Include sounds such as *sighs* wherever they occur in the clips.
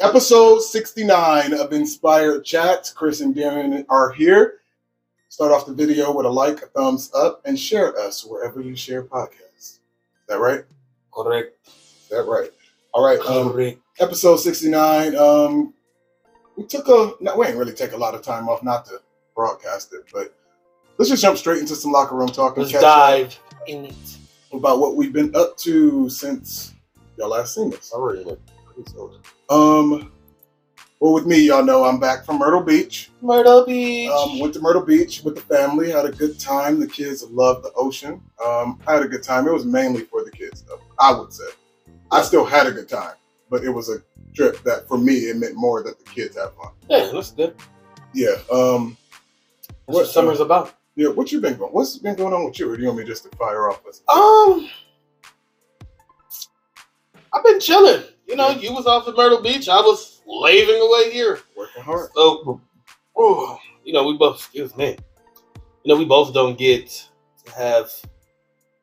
Episode 69 of Inspired Chats. Chris and Darren are here. Start off the video with a like, a thumbs up, and share us wherever you share podcasts. Is that right? Correct. Is that right? All right. Um, Correct. episode 69. Um, we took a, no, we ain't really take a lot of time off not to broadcast it, but let's just jump straight into some locker room talk and Let's catch dive in it. up about what we've been up to since y'all last seen us. Sorry. look. Um, well, with me, y'all know I'm back from Myrtle Beach. Myrtle Beach. Um, went to Myrtle Beach with the family. Had a good time. The kids love the ocean. Um, I had a good time. It was mainly for the kids, though. I would say. I still had a good time, but it was a trip that for me it meant more that the kids had fun. yeah, that's good. That's Yeah. Um, what, What, summer's about. yeah. What you been going? What's been going on with you? Or do you want me just to fire off? Us? Um, I've been chilling. You know, you was off at Myrtle Beach. I was slaving away here. Working hard. So, oh, you know, we both, excuse me, you know, we both don't get to have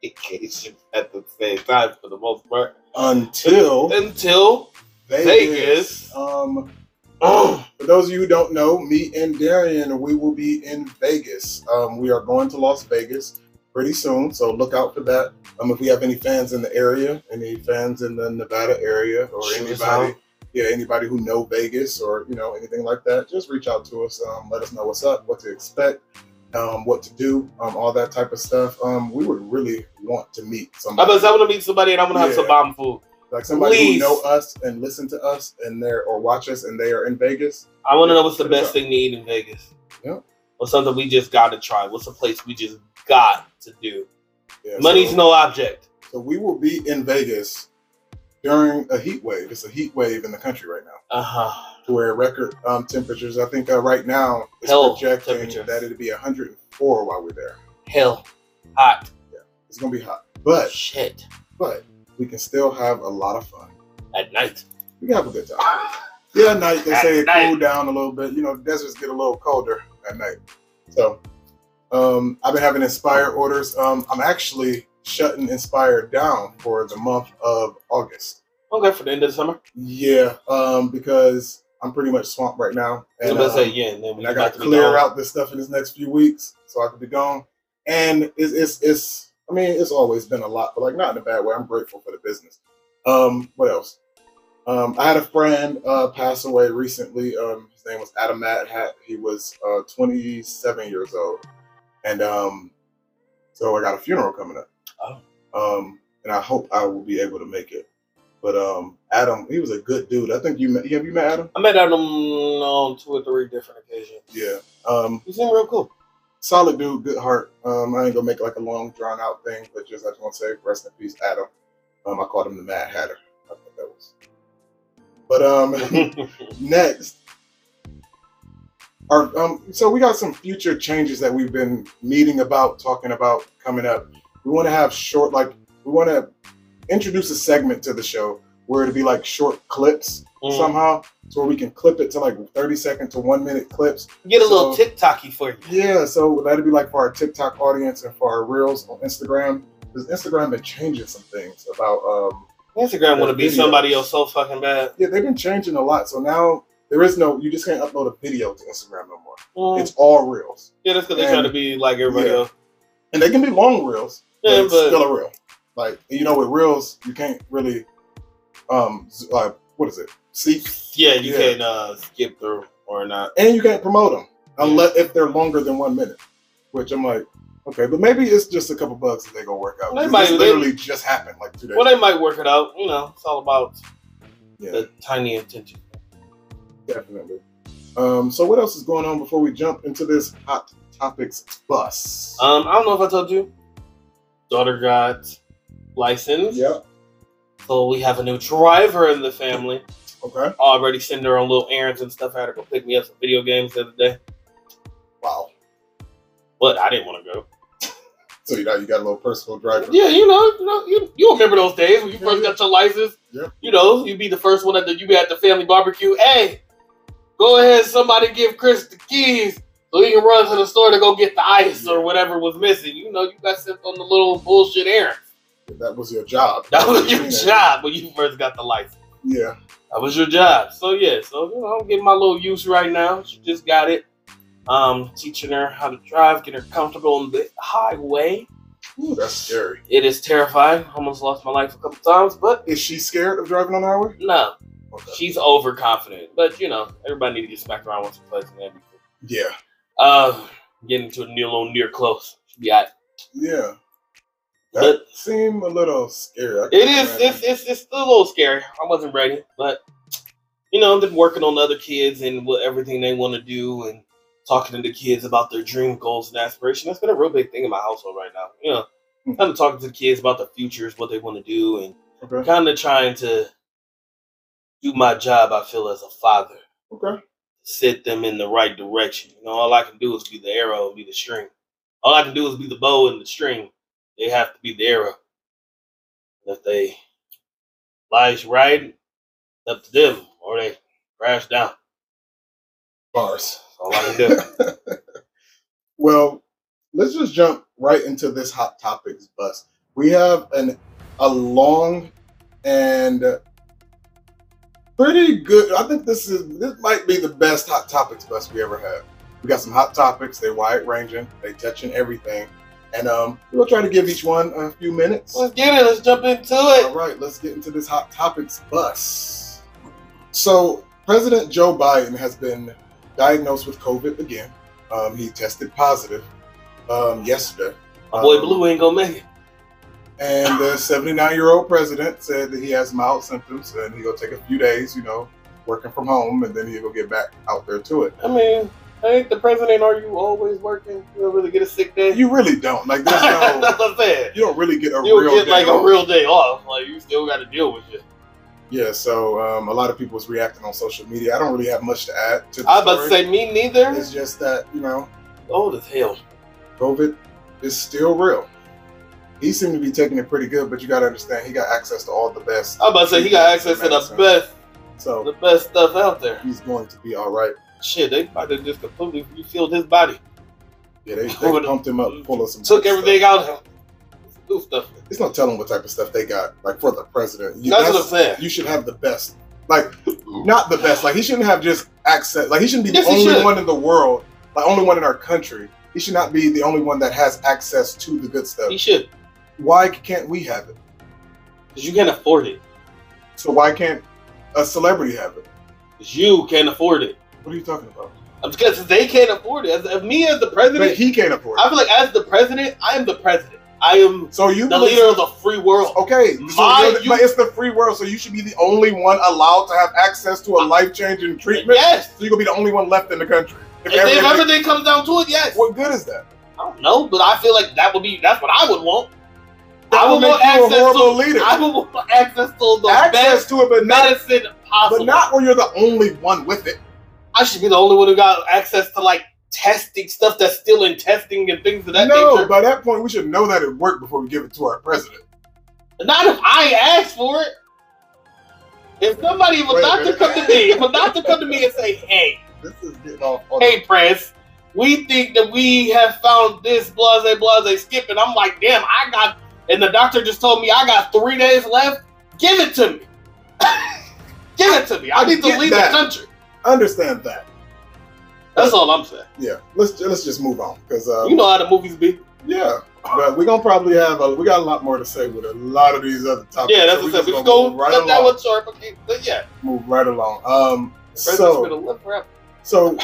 vacation at the same time for the most part Until until *clears throat* Vegas. Vegas. Um. oh, For those of you who don't know, me and Darian, we will be in Vegas. Um, we are going to Las Vegas pretty soon, so look out for that. Um, if we have any fans in the area, any fans in the Nevada area, or Shoot us anybody, out. yeah, anybody who know Vegas or you know anything like that, just reach out to us. Um, let us know what's up, what to expect, um, what to do, um, all that type of stuff. Um, we would really want to meet I somebody was I want to meet somebody and I'm gonna have Yeah. some bomb food. like somebody who Please. know us and listen to us and they're or watch us and they are in Vegas. I want to know what's the Hit us best up. thing to eat in Vegas. Yep. Or something we just got to try. What's a place we just got to do? Yeah, Money's so- no object. So we will be in Vegas during a heat wave. It's a heat wave in the country right now, Uh huh. to where record um, temperatures. I think uh, right now it's Hell projecting temperatures. that it'll be 104 while we're there. Hell, hot It's gonna be hot, but shit but we can still have a lot of fun. at *laughs* night. We can have a good time. Yeah, at night they At say it night. cool down a little bit. You know, the deserts get a little colder at night. So, um, I've been having Inspire orders. Um, I'm actually shutting Inspire down for the month of August. Okay, for the end of the summer. Yeah, um, because I'm pretty much swamped right now, I'm and, about to say um, yeah, and then we and I got about to to be clear gone. out this stuff in this next few weeks, so I could be gone. And it's, it's it's I mean it's always been a lot, but like not in a bad way. I'm grateful for the business. Um, what else? Um, I had a friend uh, pass away recently. Um, his name was Adam Matt Hat. He was uh, 27 years old, and um, so I got a funeral coming up. Oh. Um, and I hope I will be able to make it. But um, Adam, he was a good dude. I think you met. Have you met Adam? I met Adam on two or three different occasions. Yeah. Um, He seemed real cool. solid dude, good heart. Um, I ain't gonna make like a long drawn out thing, but just I just want to say rest in peace, Adam. Um, I called him the Mad Hatter. I thought that was. But um, next, our um, so we got some future changes that we've been meeting about, talking about coming up. We want to have short, like we want to introduce a segment to the show where it'll be like short clips Mm. somehow, so where we can clip it to like thirty second to one minute clips. Get a little So- TikToky for you. Yeah, so that'd be like for our TikTok audience and for our reels on Instagram. Because Instagram been changing some things about um Instagram want to be Videos. somebody else so fucking bad. yeah, they've been changing a lot. So now there is no you just can't upload a video to Instagram no more. Mm. It's all reels. Yeah, that's because they try and- to be like everybody yeah. else. And they can be long reels, but Yeah, it's but still a reel. Like and you know with reels, you can't really um z- uh, what is it? See Yeah, you Yeah. can uh, skip through or not. and you can't promote them unless if they're longer than one minute. Which I'm like, okay, but maybe it's just a couple bugs that they gonna work out. They 'Cause might- This they- literally just happened like two days. Well, they might work it out. You know, it's all about yeah. the tiny intention. Definitely. Um, so what else is going on before we jump into this hot topics bus? Um, I don't know if I told you, daughter got licensed, yeah. so we have a new driver in the family. Okay. Already sending her on little errands and stuff. I had to go pick me up some video games the other day, Wow. but I didn't want to go. So you know you got a little personal driver. Yeah, you know, you know, you, you remember those days when you first got your license. Yeah. You know, you'd be the first one at the you be at the family barbecue. Hey, go ahead, somebody give Chris the keys so he can run to the store to go get the ice or whatever was missing. You know, you got sent on the little bullshit errand. *laughs* That was your job. That was your Yeah. job when you first got the license. Yeah. That was your job. So yeah, so you know, I'm getting my little use right now. She just got it. Um, teaching her how to drive, getting her comfortable on the highway. Ooh, that's scary. It is terrifying. Almost lost my life a couple times, but Is she scared of driving on the highway? Oh, no, Okay. she's overconfident. But you know, everybody need to get smacked around once or twice, and that'd be cool. Yeah. Uh, getting to a near low near close. Yeah, Yeah. That But- seemed a little scary. I it couldn't is. imagine. It's, it's it's still a little scary. I wasn't ready, but you know, I've been working on the other kids and what everything they want to do and talking to the kids about their dream goals and aspirations. That's been a real big thing in my household right now. You know, Mhm. kind of talking to the kids about their futures, what they want to do, and Okay. kind of trying to do my job. I feel as a father, Okay. set them in the right direction. You know, all I can do is be the arrow and be the string. All I can do is be the bow and the string. They have to be the arrow. And if they lies right, up to them, or they crash down. Bars. All I can do. Well, let's just jump right into this hot topics bus. We have an a long and pretty good. I think this is this might be the best hot topics bus we ever had. We got some hot topics. They wide ranging. They touching everything, and um, we'll try to give each one a few minutes. *laughs* Let's get it. Let's jump into All it. right, let's get into this hot topics bus. So, President Joe Biden has been diagnosed with COVID again. Um, he tested positive um, yesterday. My boy Um, Blue ain't gonna make it. And the 79 year old president said that he has mild symptoms and he'll take a few days, you know, working from home, and then he'll get back out there to it. I mean, I think the president. Are you always working? You don't really get a sick day. You really don't. Like, there's *laughs* That's *laughs* no, what I'm saying. you don't really get a You'll real get day like off. a real day off. Like you still got to deal with it. Yeah, so um, a lot of people was reacting on social media. I don't really have much to add to the I was about to story. say me neither. It's just that, you know, Old as hell. COVID is still real. He seemed to be taking it pretty good, but you got to understand he got access to all the best. I was about to say he got access to the Medicine. best, the So best stuff out there. he's going to be all right. Shit, they might have just completely resealed his body, Yeah, they, they Who would- pumped him up full of some. took good everything Stuff. out of him. New stuff. It's no telling what type of stuff they got. Like for the president, you, That's what I'm that's- saying. you should have the best. Like not the best. Like he shouldn't have just access. Like he shouldn't be Yes, the he only should. one in the world. Like only one in our country. He should not be the only one that has access to the good stuff. He should, Why can't we have it? cause you can't afford it. So why can't a celebrity have it? Cause you can't afford it. What are you talking about? Because they can't afford it. As, as me as the But president, he can't afford it. I feel like as the president, I am the president. I am So you the believe- leader of the free world. Okay, so My- you're the- but it's the free world, so you should be the only one allowed to have access to a life changing treatment. Yes. So you're gonna be the only one left in the country. If If, if everything- everything comes down to it, yes. what good is that? I don't know, but I feel like that would be that's what I would want. That I will would make want you a access horrible to leader. I would want *laughs* access to the access best to it, but not, medicine but possible. not when you're the only one with it. I should be the only one who got access to like testing stuff that's still in testing and things of that no, nature. by that point, we should know that it worked before we give it to our president. Not if I ask for it. If somebody, if a Wait a doctor minute. come to *laughs* me, if a doctor come to me and say, "Hey, This is getting off. on- hey, press, we think that we have found this blase blase skip," and I'm like, "Damn, I got," and the doctor just told me I got three days left. Give it to me. *laughs* Give it to me. I, I need to get leave that. the country. Understand that? That's all I'm saying. Yeah. Let's let's just move on because um, You know how the movies be. yeah. But we're gonna probably have a we got a lot more to say with a lot of these other topics. Yeah, that's so what I'm saying. We just gonna just go move right let that along. one sharp. Okay, but yeah, move right along. Um, president's so gonna live forever. so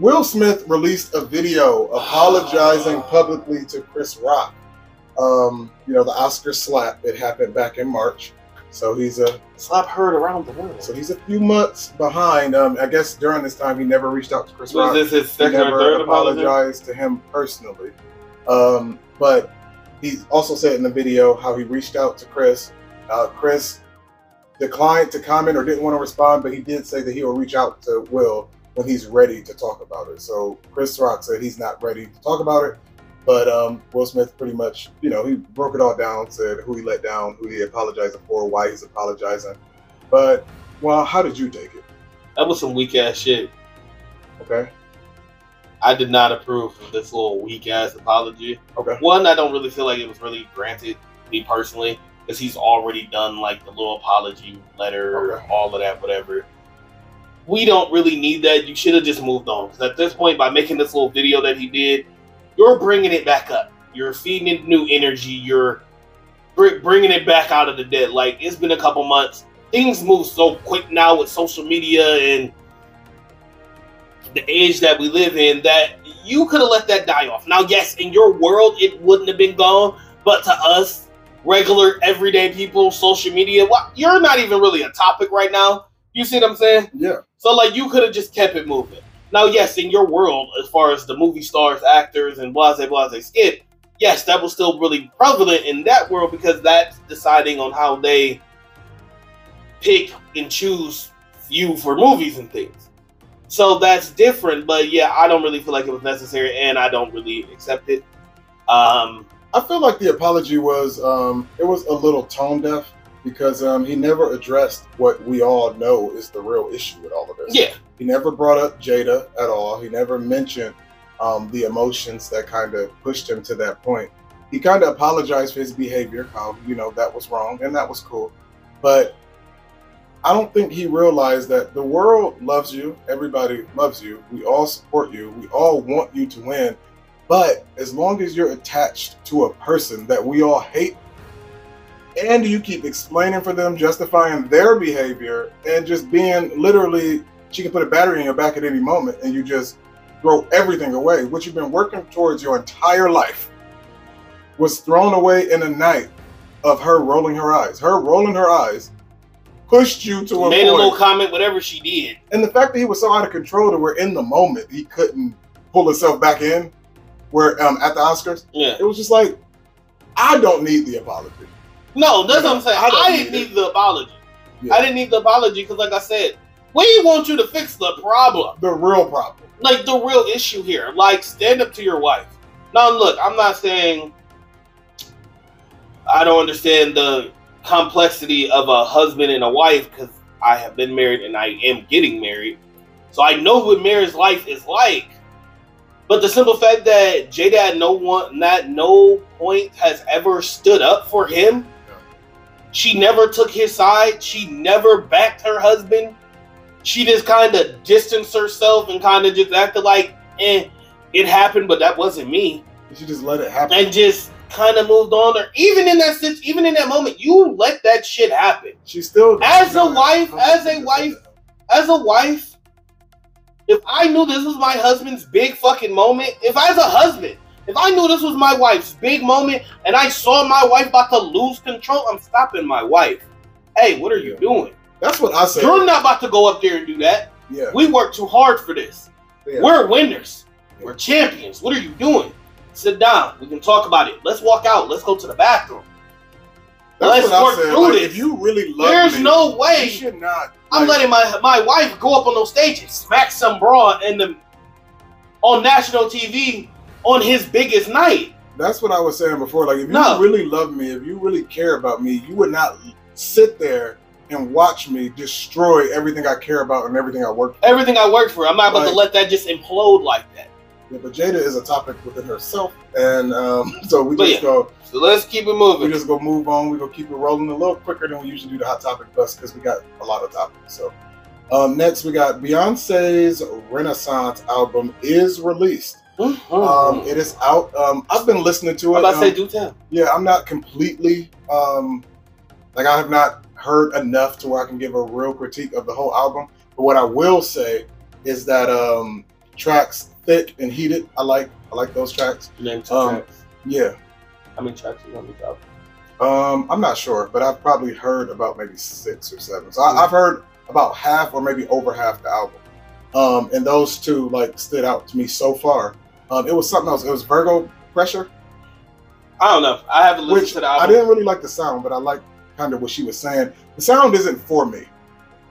Will Smith released a video apologizing Ah. publicly to Chris Rock. Um, you know the Oscar slap. It happened back in March, so he's a Slap heard around the world. so he's a few months behind. Um, I guess during this time he never reached out to Chris Rock. Was this his He second or never third apology? apologized to him personally. Um, but he also said in the video how he reached out to Chris. Uh, Chris declined to comment or didn't want to respond, but he did say that he will reach out to Will when he's ready to talk about it. So Chris Rock said he's not ready to talk about it. But um, Will Smith pretty much, you know, he broke it all down, said who he let down, who he apologized for, why he's apologizing. But, well, how did you take it? That was some weak ass shit. Okay. I did not approve of this little weak ass apology. Okay. One, I don't really feel like it was really granted me personally. because he's already done like the little apology letter, Okay. all of that, whatever. We don't really need that. You should have just moved on. Because at this point, by making this little video that he did, you're bringing it back up. You're feeding it new energy. You're br- bringing it back out of the dead. Like it's been a couple months. Things move so quick now with social media and the age that we live in that you could have let that die off. Now, yes, in your world, it wouldn't have been gone, but to us, regular everyday people, social media, wha- you're not even really a topic right now. You see what I'm saying? Yeah. So like you could have just kept it moving. Now, yes, in your world, as far as the movie stars, actors, and blase blase skip, yes, that was still really prevalent in that world because that's deciding on how they pick and choose you for movies and things. So that's different, but yeah, I don't really feel like it was necessary, and I don't really accept it. Um, I feel like the apology was um, it was a little tone deaf because um, he never addressed what we all know is the real issue with all of this. yeah, He never brought up Jada at all. He never mentioned um, the emotions that kind of pushed him to that point. He kind of apologized for his behavior, how, you know, that was wrong and that was cool. But I don't think he realized that the world loves you. Everybody loves you. We all support you. We all want you to win. But as long as you're attached to a person that we all hate, and you keep explaining for them, justifying their behavior, and just being literally she can put a battery in your back at any moment and you just throw everything away. What you've been working towards your entire life was thrown away in a night of her rolling her eyes. Her rolling her eyes pushed you to a made a point. little comment, whatever she did. And the fact that he was so out of control to where in the moment he couldn't pull himself back in, where um, at the Oscars, Yeah, it was just like, I don't need the apology. no, that's what I'm saying. I don't I, didn't need need the apology. Yeah. I didn't need the apology because, like I said, we want you to fix the problem. The real problem. like the real issue here. Like, stand up to your wife. Now, look, I'm not saying I don't understand the complexity of a husband and a wife because I have been married and I am getting married. So I know what marriage life is like. But the simple fact that Jada at no one, not no point has ever stood up for him. She never took his side. She never backed her husband. She just kind of distanced herself and kind of just acted like, eh, it happened, but that wasn't me She just let it happen. and just kind of moved on. Or even in that sit- even in that moment, you let that shit happen. she still As a wife- as a wife- As a wife, if I knew this was my husband's big fucking moment, if I as a husband, if I knew this was my wife's big moment, and I saw my wife about to lose control, I'm stopping my wife. Hey, what are you Yeah. doing? That's what I say. You're not about to go up there and do that. Yeah. We worked too hard for this. yeah. We're winners. We're champions. What are you doing? Sit down. We can talk about it. Let's walk out. Let's go to the bathroom. That's Let's what work I said. through Like, this. if you really love There's me, no way you should not. I'm like, letting my my wife go up on those stages, smack some broad in the on national TV on his biggest night. That's what I was saying before. Like, if you No. really love me, if you really care about me, you would not sit there and watch me destroy everything I care about and everything I work for. Everything I worked for, I'm not about Right. to let that just implode like that. Yeah, but Jada is a topic within herself, and um, *laughs* so we But just yeah. go, So let's keep it we moving. just go move on. We go keep it rolling a little quicker than we usually do the hot topic bus because we got a lot of topics. So, um, next we got Beyonce's Renaissance album is released. Um, Mhm. it is out. Um, I've been listening to it. I'm about to um, say, do tell. yeah, I'm not completely um like I have not heard enough to where I can give a real critique of the whole album. But what I will say is that um tracks thick and heated. I like I like those tracks. Name two um, tracks. Yeah. How many tracks you want me to drop? Um I'm not sure, but I've probably heard about maybe six or seven. Hmm. So I, I've heard about half or maybe over half the album. Um and those two like stood out to me so far. Um it was something else. It was Virgo pressure. I don't know. I haven't listened Which to the I album. didn't really like the sound, but I like kind of what she was saying. The sound isn't for me.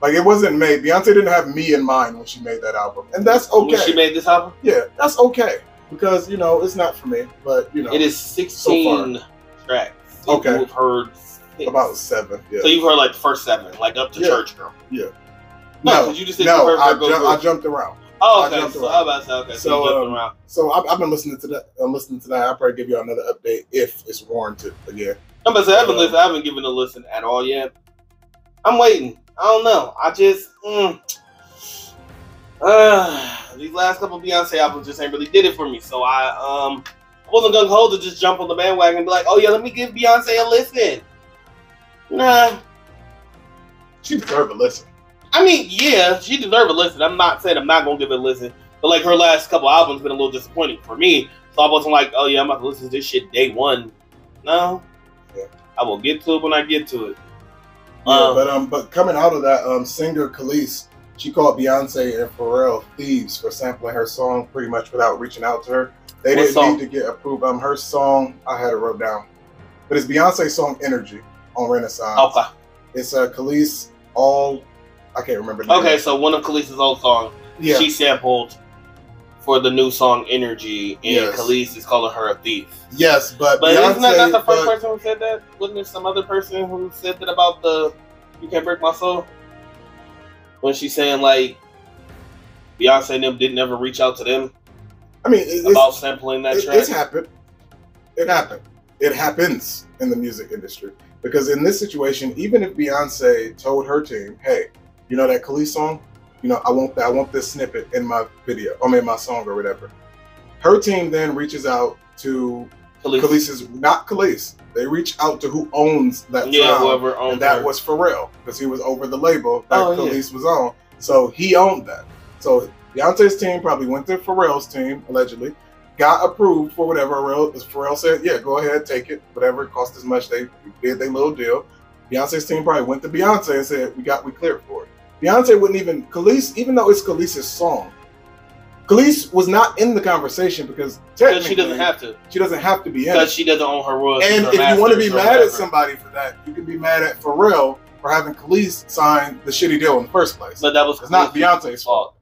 Like it wasn't made. Beyonce didn't have me in mind when she made that album, and that's okay. When she made this album, yeah, that's okay because you know it's not for me. But you know, it is 16 tracks. So Okay. You've heard six. about seven. Yeah, So you've heard like the first seven, like up to Yeah. church girl. no, no, 'cause *laughs* you just said you no, heard I, Virgo ju- I Blues. jumped around. Oh, I okay. jumped So around. I'm about to say, okay. So, So, you jumped um, around. uh, So I've, I've been listening to that. I'm listening to that. I'll probably give you another update if it's warranted again. I'm about to say I haven't listened. I haven't given a listen at all yet. I'm waiting. I don't know. I just mm, *sighs* uh, these last couple Beyonce albums just ain't really did it for me. So I um I wasn't gung ho to just jump on the bandwagon and be like, oh yeah, let me give Beyonce a listen. Nah, She deserved a listen. I mean, yeah, she deserved a listen. I'm not saying I'm not gonna give it a listen, but like her last couple albums been a little disappointing for me. So I wasn't like, oh yeah, I'm about to listen to this shit day one. No, Yeah. I will get to it when I get to it. Yeah, Um, but um, but coming out of that, um, singer Khalees, she called Beyonce and Pharrell thieves for sampling her song pretty much without reaching out to her. They What didn't song? need to get approved. Um, her song I had it wrote down, but it's Beyonce's song "Energy" on Renaissance. Okay, It's uh, Khalees all. I can't remember. the okay. name. So one of Khalees's old songs, Yeah. she sampled for the new song "Energy," and Yes. Khalees is calling her a thief. yes, but, But Beyonce. isn't that not the first but- person who said that? Wasn't there some other person who said that about the "You Can't Break My Soul"? When she's saying like Beyonce and them didn't ever reach out to them I mean, it- it's, about sampling that it, track. It's happened. It happened. It happens in the music industry because in this situation, even if Beyonce told her team, "Hey, you know that Khalees song? You know, I want that. I want this snippet in my video. I mean, my song or whatever." Her team then reaches out to Khalees. Khalees's, not Khalees. They reach out to who owns that yeah, sound, whoever owns and that her. was Pharrell because he was over the label that Oh, yeah. Khalees was on. So he owned that. So Beyonce's team probably went to Pharrell's team allegedly, got approved for whatever Pharrell, Pharrell said. Yeah, go ahead, take it. Whatever it cost as much, they did their little deal. Beyonce's team probably went to Beyonce and said, "We got, we cleared for it." Beyonce wouldn't even Khalees, even though it's Khalees's song. Khalees was not in the conversation because Because technically she doesn't have to. she doesn't have to be in. it. Because she doesn't own her royalties. And or if you want to be masters or mad whatever. at somebody for that, you can be mad at Pharrell for having Khalees sign the shitty deal in the first place. but that was It's not Khalees' Beyonce's fault.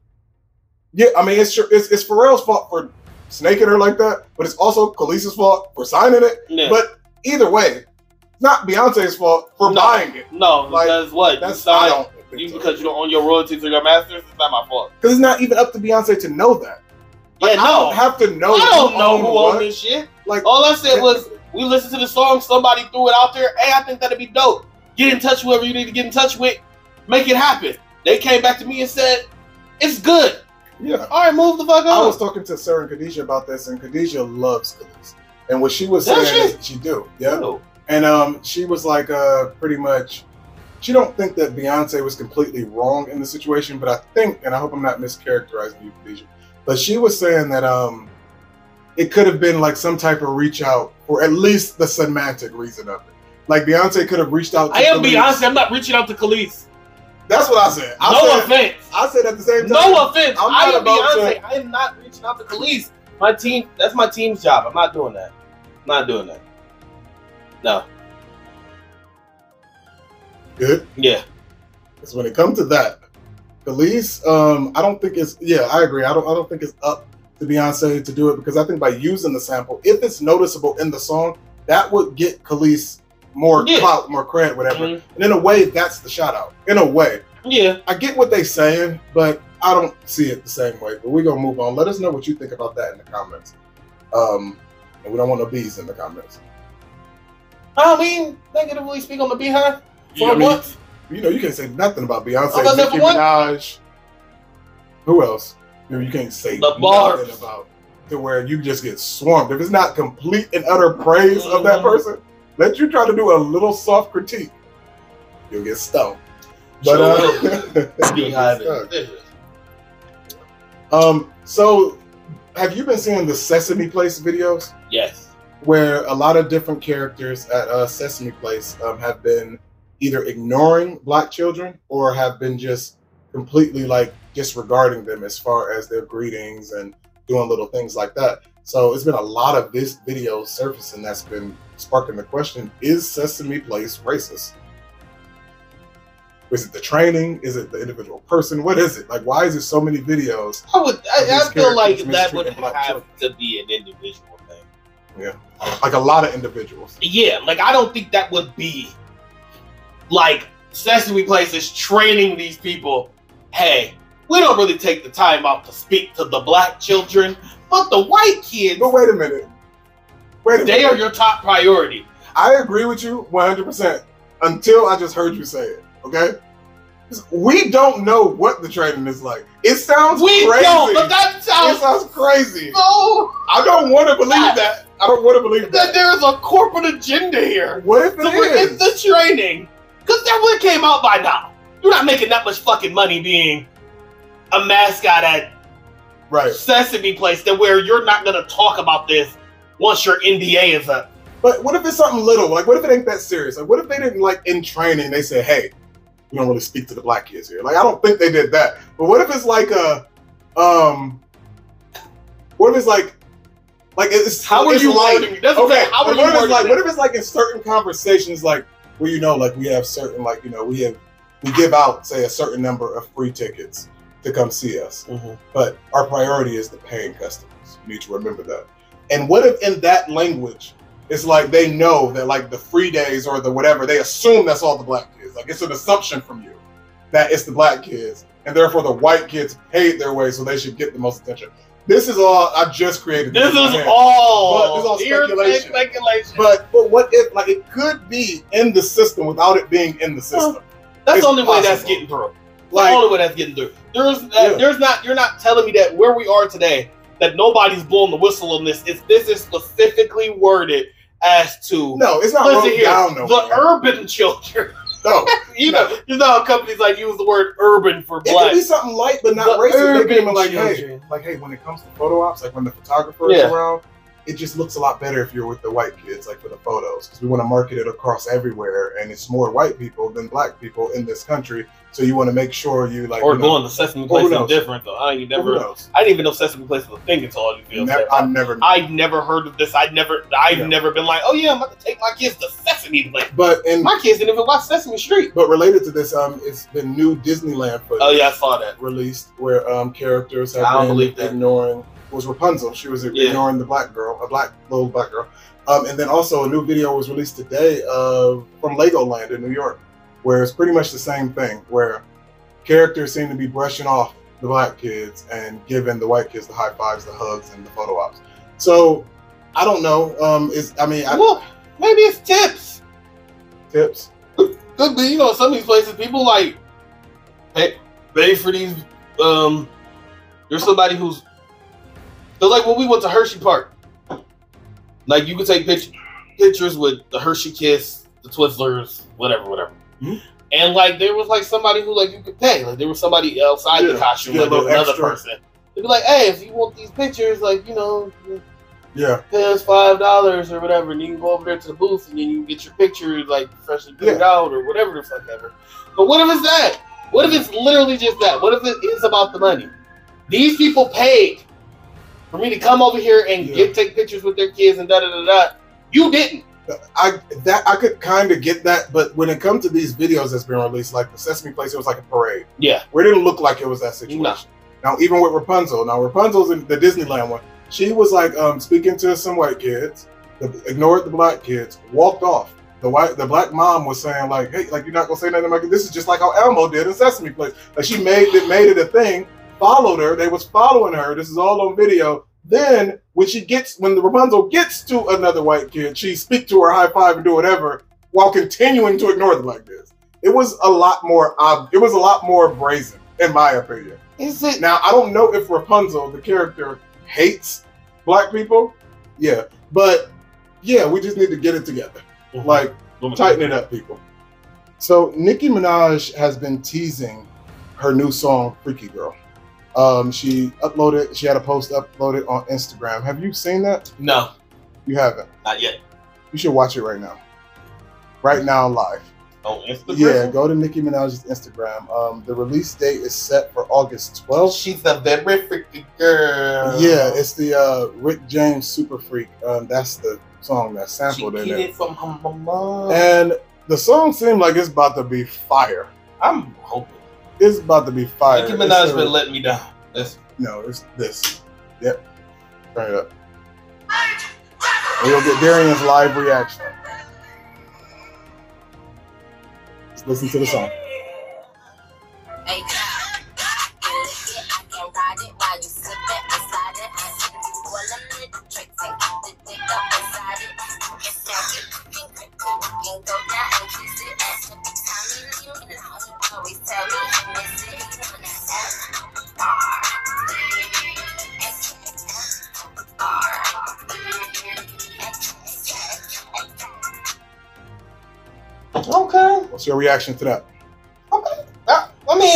Yeah, I mean, it's your- it's, it's Pharrell's fault for snaking her like that, but it's also Khalees's fault for signing it. Yeah. But either way, it's not Beyonce's fault for No. buying it. no, like, because what? That's you I signed, don't think you, so. because you don't own your royalties or your masters, it's not my fault. 'Cause it's not even up to Beyonce to know that. Yeah, no. I don't have to know. I don't know owned who Oh, what. owned this shit. Like All I said was we listened to the song, somebody threw it out there. Hey, I think that'd be dope. Get in touch with whoever you need to get in touch with. Make it happen. They came back to me and said, It's good. yeah. All right, move the fuck I on. was talking to Sarah and Khadijah about this, and Khadijah loves Khalees. And what she was Does saying she? is she do, yeah. And um, she was like, uh, pretty much, she don't think that Beyonce was completely wrong in the situation, but I think, and I hope I'm not mischaracterizing you, Khadijah, but she was saying that um, it could have been like some type of reach out, or at least the semantic reason of it. Like Beyonce could have reached out. To I am Khalees. Beyonce. I'm not reaching out to Khalees. That's what I said. I no said, offense. I said at the same time. No offense. I'm I not am about to- Beyonce. I am not reaching out to Khalees. My team, that's my team's job. I'm not doing that. I'm not doing that. No. Good. Yeah. Because when it comes to that, Khalees, um, I don't think it's yeah, I agree. I don't I don't think it's up to Beyonce to do it because I think by using the sample, if it's noticeable in the song, that would get Khalees more Yeah. clout, more credit, whatever. Mhm. And in a way, that's the shout out. In a way. Yeah. I get what they saying, but I don't see it the same way. But we're gonna move on. Let us know what you think about that in the comments. Um and we don't want no bees in the comments. I mean, negatively speak on the beehive. I For mean, once. You know, you can't say nothing about Beyonce, I'm about to say Nicki Oh, for what? Minaj. Who else? You, know, you can't say The bars. nothing about to where you just get swarmed. If it's not complete and utter praise of that Mhm. person, let you try to do a little soft critique, you'll get stoned. But Sure uh, will. you'll get beehive stoned. is vicious. *laughs* um, so have you been seeing the Sesame Place videos? Yes. where a lot of different characters at uh, Sesame Place um, have been either ignoring black children or have been just completely like disregarding them as far as their greetings and doing little things like that. So it's been a lot of this video surfacing that's been sparking the question: Is Sesame Place racist? Is it the training? Is it the individual person? What is it like? Why is there so many videos? I would. These I, I characters feel like that mistreating would black have to be an individual thing. Like a lot of individuals. Yeah, like I don't think that would be like Sesame Place is training these people. Hey, we don't really take the time out to speak to the black children, but the white kids, But wait a minute. Wait a minute. they are your top priority. I agree with you 100% until I just heard you say it, okay? We don't know what the training is like. It sounds We crazy. don't, but that it sounds sounds crazy. so I don't want to believe that. I don't want to believe that that. there's a corporate agenda here. What if So it it's is? the training. Because that would came out by now. You're not making that much fucking money being a mascot at Right. Sesame Place that where you're not gonna talk about this once your NDA is up. But what if it's something little? Like, what if it ain't that serious? Like, what if they didn't like in training? They said, "Hey, we don't really speak to the black kids here." Like, I don't think they did that. But what if it's like a, um, what if it's like, like it's How are it's you like, wording? That's what I'm Okay, saying. How but are you what if it's wording? like? it? What if it's like in certain conversations, like where you know, like we have certain, like you know, we have we give out say a certain number of free tickets to come see us. Mm-hmm. But our priority is the paying customers. You need to remember that. And what if in that language, it's like they know that like the free days or the whatever, they assume that's all the black kids. Like it's an assumption from you that it's the black kids, and therefore the white kids paid their way, so they should get the most attention. This is all I just created. This in my is head. But all, this is all pure speculation. speculation. But but what if like it could be in the system without it being in the system? that's it's the only way that's possible. getting through. the Like only way that's getting through. There's that, Yeah. there's not you're not telling me that where we are today that nobody's blowing the whistle on this. It's this is specifically worded as to no, it's not listen wrote here down the nowhere. urban children. *laughs* no, you know, you know how companies like use the word urban for it could black. be something light but not The racist. They could urban be like, hey, children. like hey when it comes to photo ops like when the photographer Yeah. is around it just looks a lot better if you're with the white kids like for the photos because we want to market it across everywhere and it's more white people than black people in this country so you want to make sure you like Or you know, going to Sesame Or who Place is knows? different though. I ain't who never knows I didn't even know Sesame Place was a thing until all these videos. never, came out. i never know I've never heard of this. I've never I've Yeah. never been like, oh yeah, I'm about to take my kids to Sesame Place. but and My kids didn't even watch Sesame Street. but related to this um it's been new disneyland footage Oh yeah, I saw that. released where um characters have I don't been believe that. ignoring was Rapunzel. She was Yeah. ignoring the black girl, a black little black girl. Um, and then also a new video was released today of from Legoland in New York, where it's pretty much the same thing, where characters seem to be brushing off the black kids and giving the white kids the high fives, the hugs, and the photo ops. So I don't know. Um, is I mean, I, well, maybe it's tips. tips. Could be, you know, some of these places people like pay, pay for these. Um, there's somebody who's they're like when we went to Hershey Park. Like you could take pictures pictures with the Hershey Kiss, the Twizzlers, whatever, whatever. Mhm. And like there was like somebody who like you could pay. Like there was somebody outside Yeah, the costume, get a like there was little another extra. person. They'd be like, hey, if you want these pictures, like you know, Yeah, pay us five dollars or whatever, and you can go over there to the booth and then you can get your picture like freshly picked out or whatever the fuck ever. But what if it's that? What if it's literally just that? What if it is about the money? These people paid for me to come over here and Yeah. get take pictures with their kids and da da da da. You didn't. I that I could kind of get that, but when it comes to these videos that's been released, like the Sesame Place, it was like a parade. Yeah. where it didn't look like it was that situation. No. Now, even with Rapunzel, now Rapunzel's in the Disneyland one. She was like um, speaking to some white kids, the, ignored the black kids, walked off. The white, the black mom was saying like, "Hey, like you're not gonna say nothing like this." Is just like how Elmo did in Sesame Place. Like she made it, made it a thing. Followed her. They was following her. This is all on video. Then when she gets, when the Rapunzel gets to another white kid, she speak to her, high five, and do whatever, while continuing to ignore them like this. It was a lot more. Ob- it was a lot more brazen, in my opinion. Is it Now, I don't know if Rapunzel, the character, hates black people. Yeah, but yeah, we just need to get it together. Like, tighten it up, people. So, Nicki Minaj has been teasing her new song, Freaky Girl. Um, she uploaded, she had a post uploaded on Instagram. Have you seen that? No, You haven't. not yet. You should watch it right now. Right now, live. On Instagram. Yeah, go to Nicki Minaj's Instagram. Um, the release date is set for August 12th. she's a very freaky girl. Yeah, it's the uh, Rick James Super Freak. Um, that's the song that's she sampled in it. it from her mom. And the song seemed like it's about to be fire. I'm hoping. It's about to be fire. Nicki It's Minaj a- been let me down. That's no, it's this. Yep. Turn it up. And you'll get Darian's live reaction. Let's listen to the song. Hey. What's your reaction to that? I, Uh, I mean,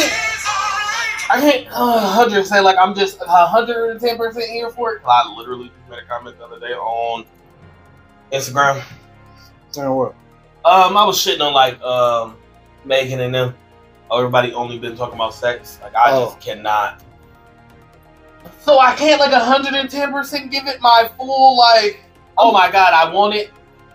I can't uh, hundred say like I'm just hundred and ten percent here for it. 'cause I literally just made a comment the other day on Instagram. Saying what? Um, I was shitting on like um Megan and them. Oh, everybody only been talking about sex. Like I Oh. just cannot. So I can't like hundred and ten percent give it my full like. Oh my god, I want it.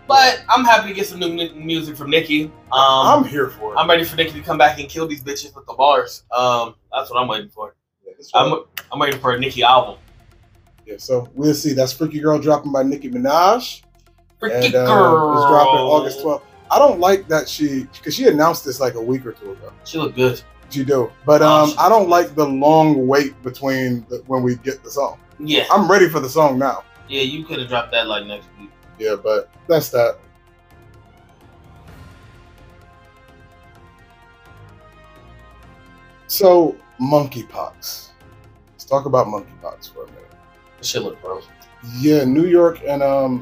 But I'm happy to get some new mu- music from Nicki. Um, I'm here for it. I'm ready for Nikki to come back and kill these bitches with the bars. Um, that's what I'm waiting for. Yeah, that's right. I'm I'm waiting for a Nikki album. yeah, so we'll see. That's Freaky Girl dropping by Nicki Minaj. Freaky and, uh, girl. It's dropping August 12th. I don't like that she, because she announced this like a week or two ago. She look good. She do. But Oh, um, she- I don't like the long wait between the, when we get the song. Yeah, I'm ready for the song now. yeah. You could have dropped that like next week. Yeah, but that's that. So, monkeypox. Let's talk about monkeypox for a minute. That shit look gross. Yeah, New York and um,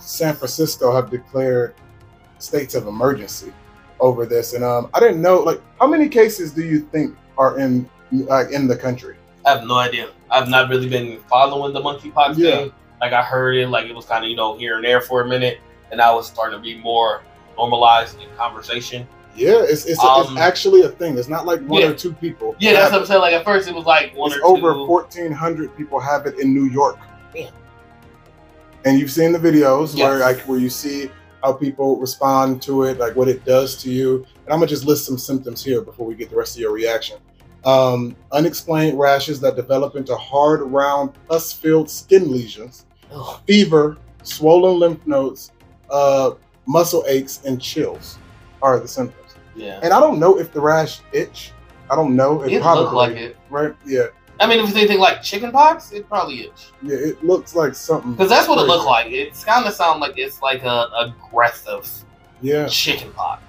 San Francisco have declared states of emergency over this, and um, I didn't know. Like, how many cases do you think are in like in the country? I have no idea. I've not really been following the monkeypox Yeah. thing. Like I heard it, like it was kind of you know here and there for a minute, and I was starting to be more normalized in conversation. Yeah, it's it's, Um, it's actually a thing. It's not like one yeah. or two people. Yeah, that's have what I'm saying. Like at first it was like one it's or over two. 1400 people have it in new york Damn. and you've seen the videos where Yes. like where you see how people respond to it like what it does to you and i'm gonna just list some symptoms here before we get the rest of your reaction um, unexplained rashes that develop into hard round pus-filled skin lesions Ugh. fever swollen lymph nodes uh, muscle aches and chills are the symptoms Yeah, and i don't know if the rash itch i don't know it looked like it. right yeah I mean, if it's anything like chicken pox, it probably itch. Yeah, it looks like something. Because that's what it crazy. looked like. It's kind of sound like it's like a aggressive Yeah. chicken pox.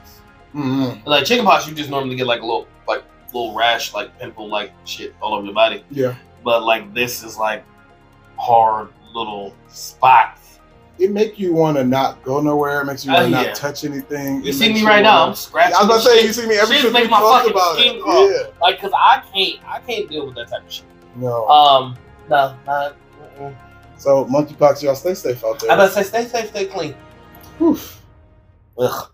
Mhm. Like chicken pox, you just normally get like a little like little rash, like pimple, like shit all over your body. Yeah. But like this is like hard little spots. It make you want to not go nowhere. It makes you want to Oh, not yeah. touch anything. You It see makes me right now. I'm wanna- scratching. I was about to say, you shit. see me every Shit trip make we my talk fucking about skin it. crawl. Yeah. like, cause I can't, I can't deal with that type of shit. No. Um, no, not. mm-mm. so monkeypox, y'all stay safe out I'm there. about to say, stay safe, stay clean. Oof. Ugh.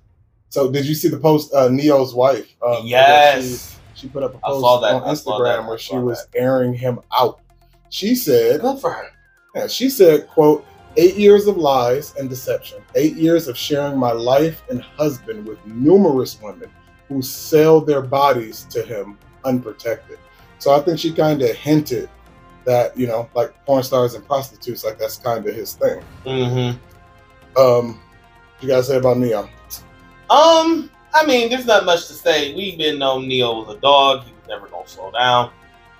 So did you see the post? Uh, Neo's wife. Uh, yes. She, she put up a I post saw that. on I saw that. Instagram I where she saw was airing him out. She said, Good for her. Yeah, she said, quote, eight years of lies and deception, eight years of sharing my life and husband with numerous women who sell their bodies to him unprotected. So I think she kind of hinted that, you know, like porn stars and prostitutes, like that's kind of his thing. Mm-hmm. Um, what you guys say about Neon? Um, I mean, there's not much to say. We've been known Neo was a dog. He was never gonna slow down.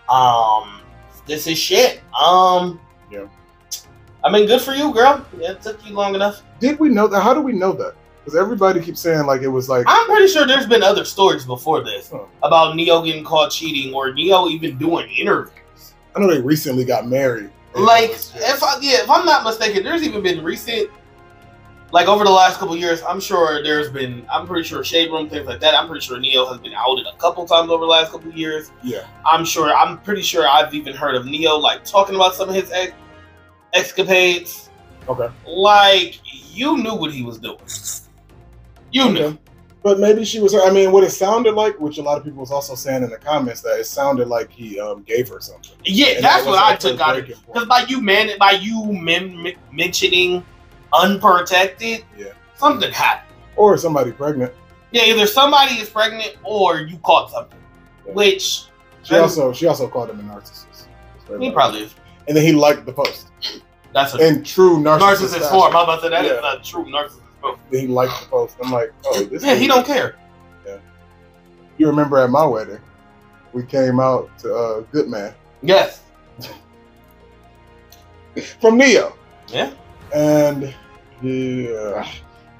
Um, this is shit. Um, Yeah. I mean, good for you, girl. It took you long enough. Did we know that? How do we know that? Because everybody keeps saying like it was like, I'm pretty sure there's been other stories before this Huh. about Neo getting caught cheating or Neo even doing interviews. I know they recently got married. And it Like, was just- if I, yeah, if I'm not mistaken, there's even been recent, like over the last couple years, I'm sure there's been, I'm pretty sure Shade Room things like that. I'm pretty sure Neo has been outed a couple times over the last couple years. yeah, I'm sure. I'm pretty sure I've even heard of Neo like talking about some of his ex- escapades. Okay. Like you knew what he was doing. You knew. Okay. But maybe she was. I mean, what it sounded like, which a lot of people was also saying in the comments, that it sounded like he um, gave her something. Yeah, And that's that was what I like her took out of it. breaking point. Because by you man, by you men men- mentioning unprotected, Yeah. something happened. Or somebody pregnant. Yeah, either somebody is pregnant or you caught something, Yeah. which She also she also called him a narcissist. he probably is. And then he liked the post That's a in true narcissist, narcissist form. I'm about to say that is Yeah. not a true narcissist form. Then he liked the post. I'm like, oh, this. Yeah, he dude- don't care. You remember at my wedding, we came out to uh, Good Man Yes. from Neo, Yeah. and yeah,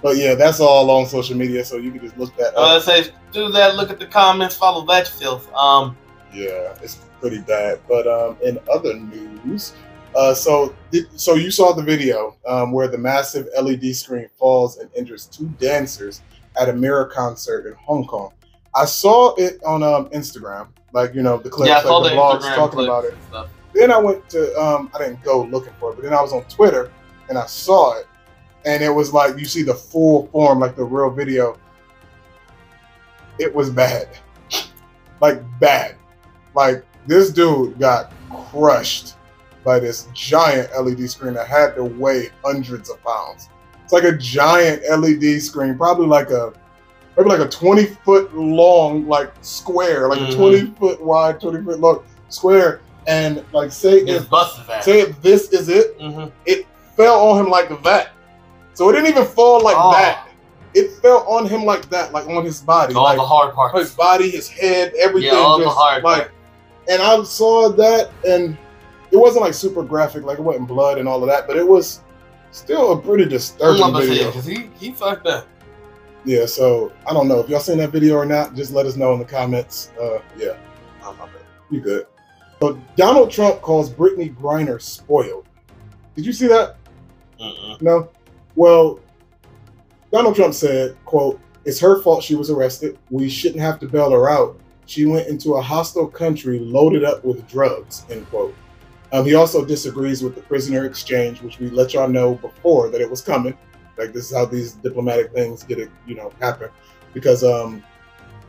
but yeah, that's all on social media, so you can just look that up. Uh, it says do that. Look at the comments. Follow that filth. Um, Yeah, it's pretty bad. But um, in other news, uh, so did, so E you saw the video um, where the massive LED screen falls and injures two dancers at a Mirror concert in Hong Kong. I saw it on um, Instagram, like you know the clips, yeah, I like saw the, blogs Instagram talking clips about it. and stuff. Then I went to um, I didn't go looking for it, but then I was on Twitter and I saw it, and it was like you see the full form, like the real video. It was bad, like bad, like this dude got crushed by this giant LED screen that had to weigh hundreds of pounds. It's like a giant LED screen, probably like a maybe like a twenty foot long, like square, like a Mhm. twenty foot wide, twenty foot long square. And like say It's if busted that. say if this is it, Mhm. fell on him like that. So it didn't even fall like Oh. that. It fell on him like that, like on his body. All like, the hard parts. his body, his head, everything. Yeah, all the just, hard like, and I saw that, and it wasn't like super graphic, like it wasn't blood and all of that, but it was still a pretty Mm, I'm disturbing not gonna say video. it, 'cause he he fucked up. Yeah, so I don't know if y'all seen that video or not. Just let us know in the comments. Uh, yeah, Oh, my bad. you good. So Donald Trump calls Brittany Griner spoiled. Did you see that? Mm-mm. No. Well, Donald Trump said, quote, it's her fault she was arrested. We shouldn't have to bail her out. She went into a hostile country loaded up with drugs, end quote. Um, he also disagrees with the prisoner exchange, which we let y'all know before that it was coming. Like this is how these diplomatic things get, you know, happen. Because um,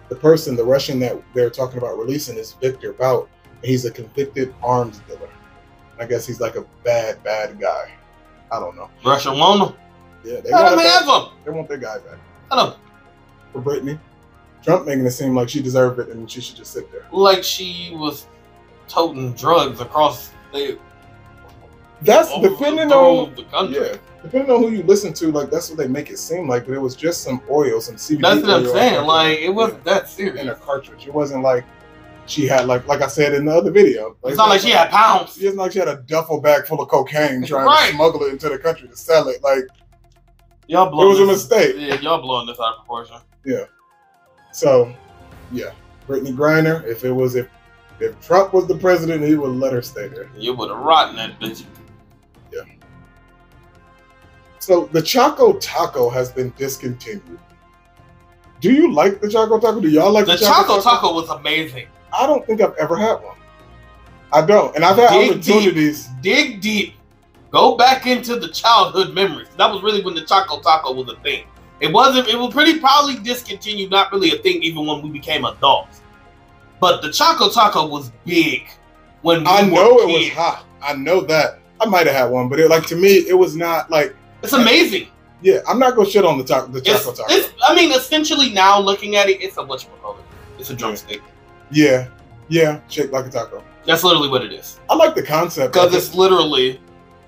the person, the Russian that they're talking about releasing is Victor Bout. and He's a convicted arms dealer. I guess he's like a bad, bad guy. I don't know. Russia won him. Yeah, they Let want, him that, have him. they want their guy back Let him. for Brittany. Trump making it seem like she deserved it and she should just sit there. Like she was toting drugs across the That's over- depending through on the country. yeah, depending on who you listen to. Like that's what they make it seem like. But it was just some oil, some CBD. That's what I'm oil saying. and- Like it wasn't that serious. yeah, in a cartridge. It wasn't like she had like like I said in the other video. It's not like she had pounds. It's not like she had a duffel bag full of cocaine trying Right. to smuggle it into the country to sell it. Like Y'all it was blowing a this. mistake. Yeah, y'all blowing this out of proportion. So, yeah, Brittany Griner. If it was if if Trump was the president, he would let her stay there. You would have rotten that bitch. So the Choco Taco has been discontinued. Do you like the Choco Taco? Do y'all like the, The Choco Taco was amazing. I don't think I've ever had one. I don't, and I've had Dig opportunities. Dig deep. Go back into the childhood memories. That was really when the Choco Taco was a thing. It wasn't. It was pretty probably discontinued. Not really a thing even when we became adults. But the Choco Taco was big when we I were know it was kids. hot. I know that. I might have had one, but it like to me, it was not like. It's amazing. Yeah, I'm not gonna shit on the, taco the It's, Choco Taco. it's. I mean, essentially now looking at it, it's a whatchamacallit. It's a drumstick. yeah, yeah, shaped like a taco. That's literally what it is. I like the concept Because of it. it's literally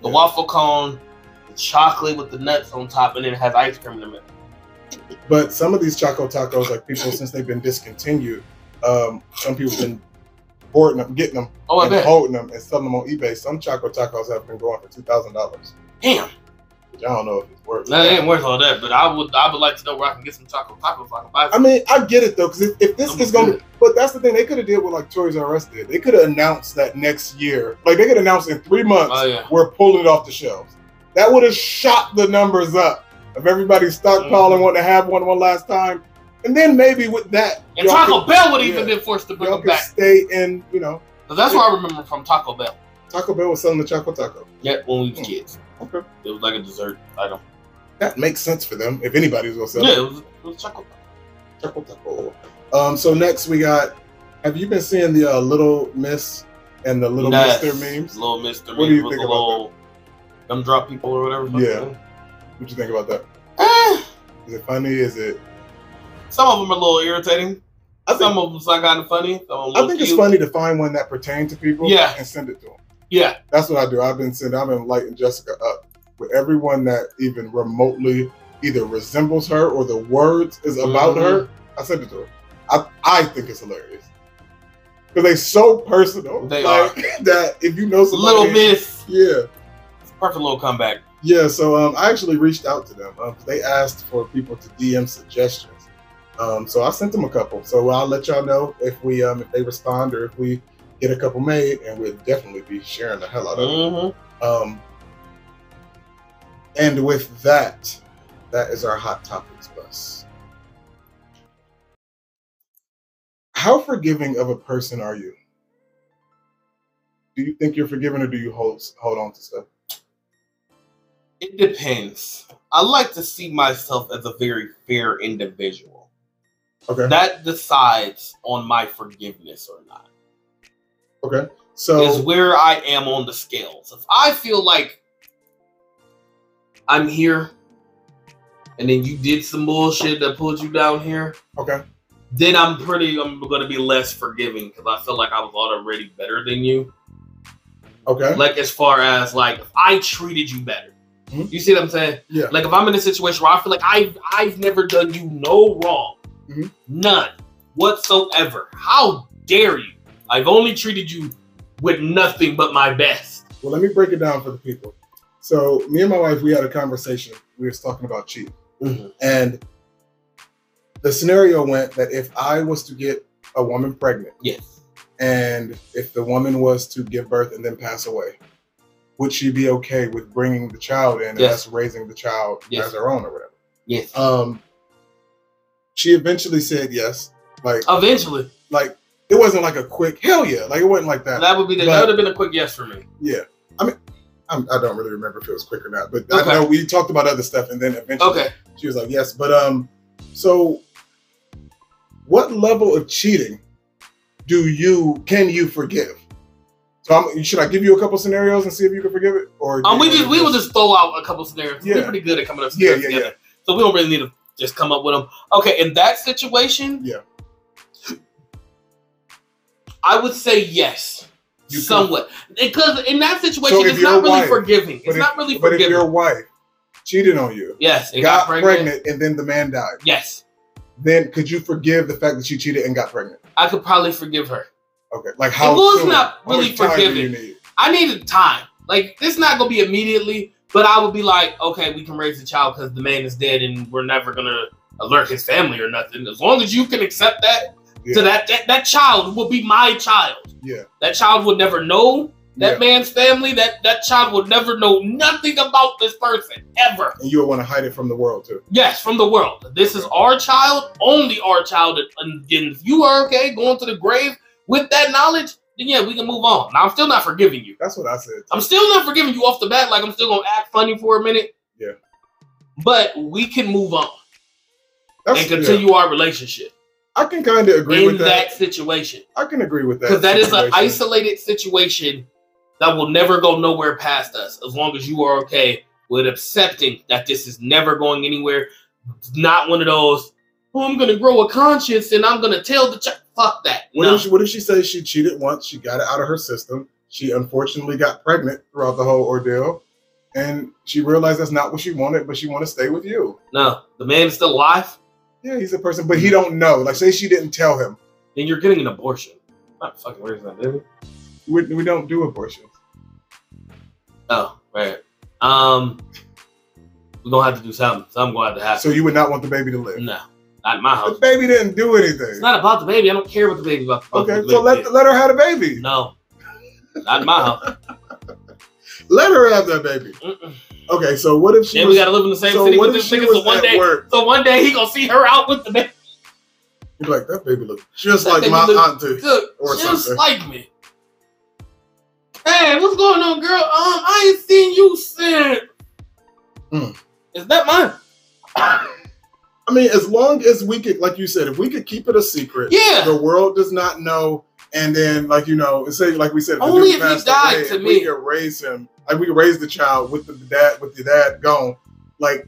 the Yeah. waffle cone, the chocolate with the nuts on top, and then it has ice cream in the middle. But some of these Choco Tacos, like people since they've been discontinued, um, some people have been hoarding them, getting them, Oh, I and bet. holding them and selling them on eBay. Some Choco Tacos have been going for two thousand dollars. Damn. I don't know if it's worth. That it. ain't worth all that, but I would I would like to know where I can get some chocolate tacos so I can buy I some. mean, I get it though, because if, if this I'm is going, good. to but that's the thing they could have did what like Toys R Us did. They could have announced that next year, like they could announce in three months Oh, yeah. we're pulling it off the shelves. That would have shot the numbers up of everybody stockpiling, Mhm. wanting to have one one last time, and then maybe with that, And y'all Taco Bell would have yeah. even been forced to could, bring y'all them could back. stay in, you know. 'Cause that's what I remember from Taco Bell. Taco Bell was selling the Choco Taco. Yeah, when we was Hmm. kids. Okay. It was like a dessert item. That makes sense for them if anybody was gonna sell yeah, it. it was, it was chocolate. Choco Taco. Um, so next we got. Have you been seeing the uh, Little Miss and the Little Yes. Mister memes? Little Mister memes. What do you with think the about little Gumdrop people or whatever. Yeah. What you think about that? Eh, Is it funny? Is it? some of them are a little irritating. I think, some of them's not kind of funny. Some of them I think it's funny to find one that pertains to people Yeah. and send it to them. Yeah, That's what I do. I've been sending. I've been lighting Jessica up with everyone that even remotely either resembles her or the words is about Mhm. her. I send it to her. I I think it's hilarious because they so personal. They *laughs* that if you know somebody, Little Miss. yeah. Perfect little comeback. Yeah, so um, I actually reached out to them. Um, they asked for people to DM suggestions. Um, so I sent them a couple. So I'll let y'all know if we um, if they respond or if we get a couple made, and we'll definitely be sharing the hell out of them. Mm-hmm. Um, and with that, that is our hot topics bus. How forgiving of a person are you? Do you think you're forgiving, or do you hold hold on to stuff? It depends. I like to see myself as a very fair individual. Okay. That decides on my forgiveness or not. Okay. is So where I am on the scales. If I feel like I'm here and then you did some bullshit that pulled you down here, okay. then I'm pretty I'm gonna be less forgiving because I feel like I was already better than you. Okay. Like as far as like if I treated you better. Mhm. You see what I'm saying? Yeah. Like if I'm in a situation where I feel like I've I've never done you no wrong. Mhm. None whatsoever. How dare you? I've only treated you with nothing but my best. Well, let me break it down for the people. So me and my wife, we had a conversation. We was talking about cheating. Mm-hmm. And the scenario went that if I was to get a woman pregnant, Yes. and if the woman was to give birth and then pass away, would she be okay with bringing the child in and Yes. us raising the child Yes. as her own or whatever? Yes. Um, she eventually said yes. Like, Eventually. like it wasn't like a quick hell yeah. Like it wasn't like that. That would be the, that But- would have been a quick yes for me. Yeah. I mean, I'm, I don't really remember if it was quick or not, but Okay. I know we talked about other stuff and then eventually Okay. she was like, yes. But um, so what level of cheating do you can you forgive? So I'm, should I give you a couple scenarios and see if you can forgive it? Or do Um, we you just wanna we will just throw out a couple scenarios. We're Yeah. pretty good at coming up. with Yeah, scenarios yeah, yeah. together. So we don't really need to just come up with them. Okay, in that situation, Yeah. I would say yes, You could- somewhat, because in that situation, So if it's not your really wife- forgiving. It's but if- not really But if forgiving. your wife cheated on you, yes, it got, pregnant, and then the man died, Yes, then could you forgive the fact that she cheated and got pregnant? I could probably forgive her. Okay, like how? Well, it's soon? not How much really time do you forgiving. need? I needed time. Like it's not gonna be immediately, but I would be like, okay, we can raise the child because the man is dead, and we're never gonna alert his family or nothing. As long as you can accept that, Yeah. so that, that that child will be my child. Yeah. That child will never know that Yeah. man's family. That that child will never know nothing about this person ever. And you would want to hide it from the world too. Yes, from the world. This is our child, only our child. And, and if you are okay going to the grave with that knowledge, then yeah, we can move on. Now I'm still not forgiving you. That's what I said. I'm still not forgiving you off the bat. Like I'm still gonna act funny for a minute. Yeah. But we can move on That's, and yeah. continue our relationship I can kind of agree in with that, that. situation I can agree with that. because that is an situation. isolated situation that will never go nowhere past us as long as you are okay with accepting that this is never going anywhere. It's not one of those. Oh, I'm gonna grow a conscience and I'm gonna tell the child. Fuck that. What, No. if she, what if she says she cheated once? She got it out of her system. She unfortunately got pregnant throughout the whole ordeal, and she realized that's not what she wanted. But she want to stay with you. no, the man is still alive. Yeah, he's a person, Mm-hmm. but he don't know. Like, say she didn't tell him. Then you're getting an abortion. Not fucking raising that baby. We, we don't do abortions. Oh, right. Um, we're gonna have to do something. Something gonna have to happen. So you would not want the baby to live. no, not in my The house. baby didn't do It's anything. not about the baby. I don't care what the baby about. about Okay, the so baby. let let her have the baby. no, not in *laughs* my house. Let her have that baby. Mm-mm. Okay, so what if she? Then we was, gotta live in the same so city what with if this she nigga. So was one at day, work? so one day he gonna see her out with the baby. You'd be like, that baby looks just That like baby my look- auntie. Look, Or just something. like me. Hey, what's going on, girl? Um, I ain't seen you since. Mm. Is that mine? I mean, as long as we could, like you said, if we could keep it a secret, Yeah. the world does not know. And then, like you know, say like we said, if the Only dude if he passed died away, to if we me. could raise him, like we could raise the child with the dad, with the dad gone. Like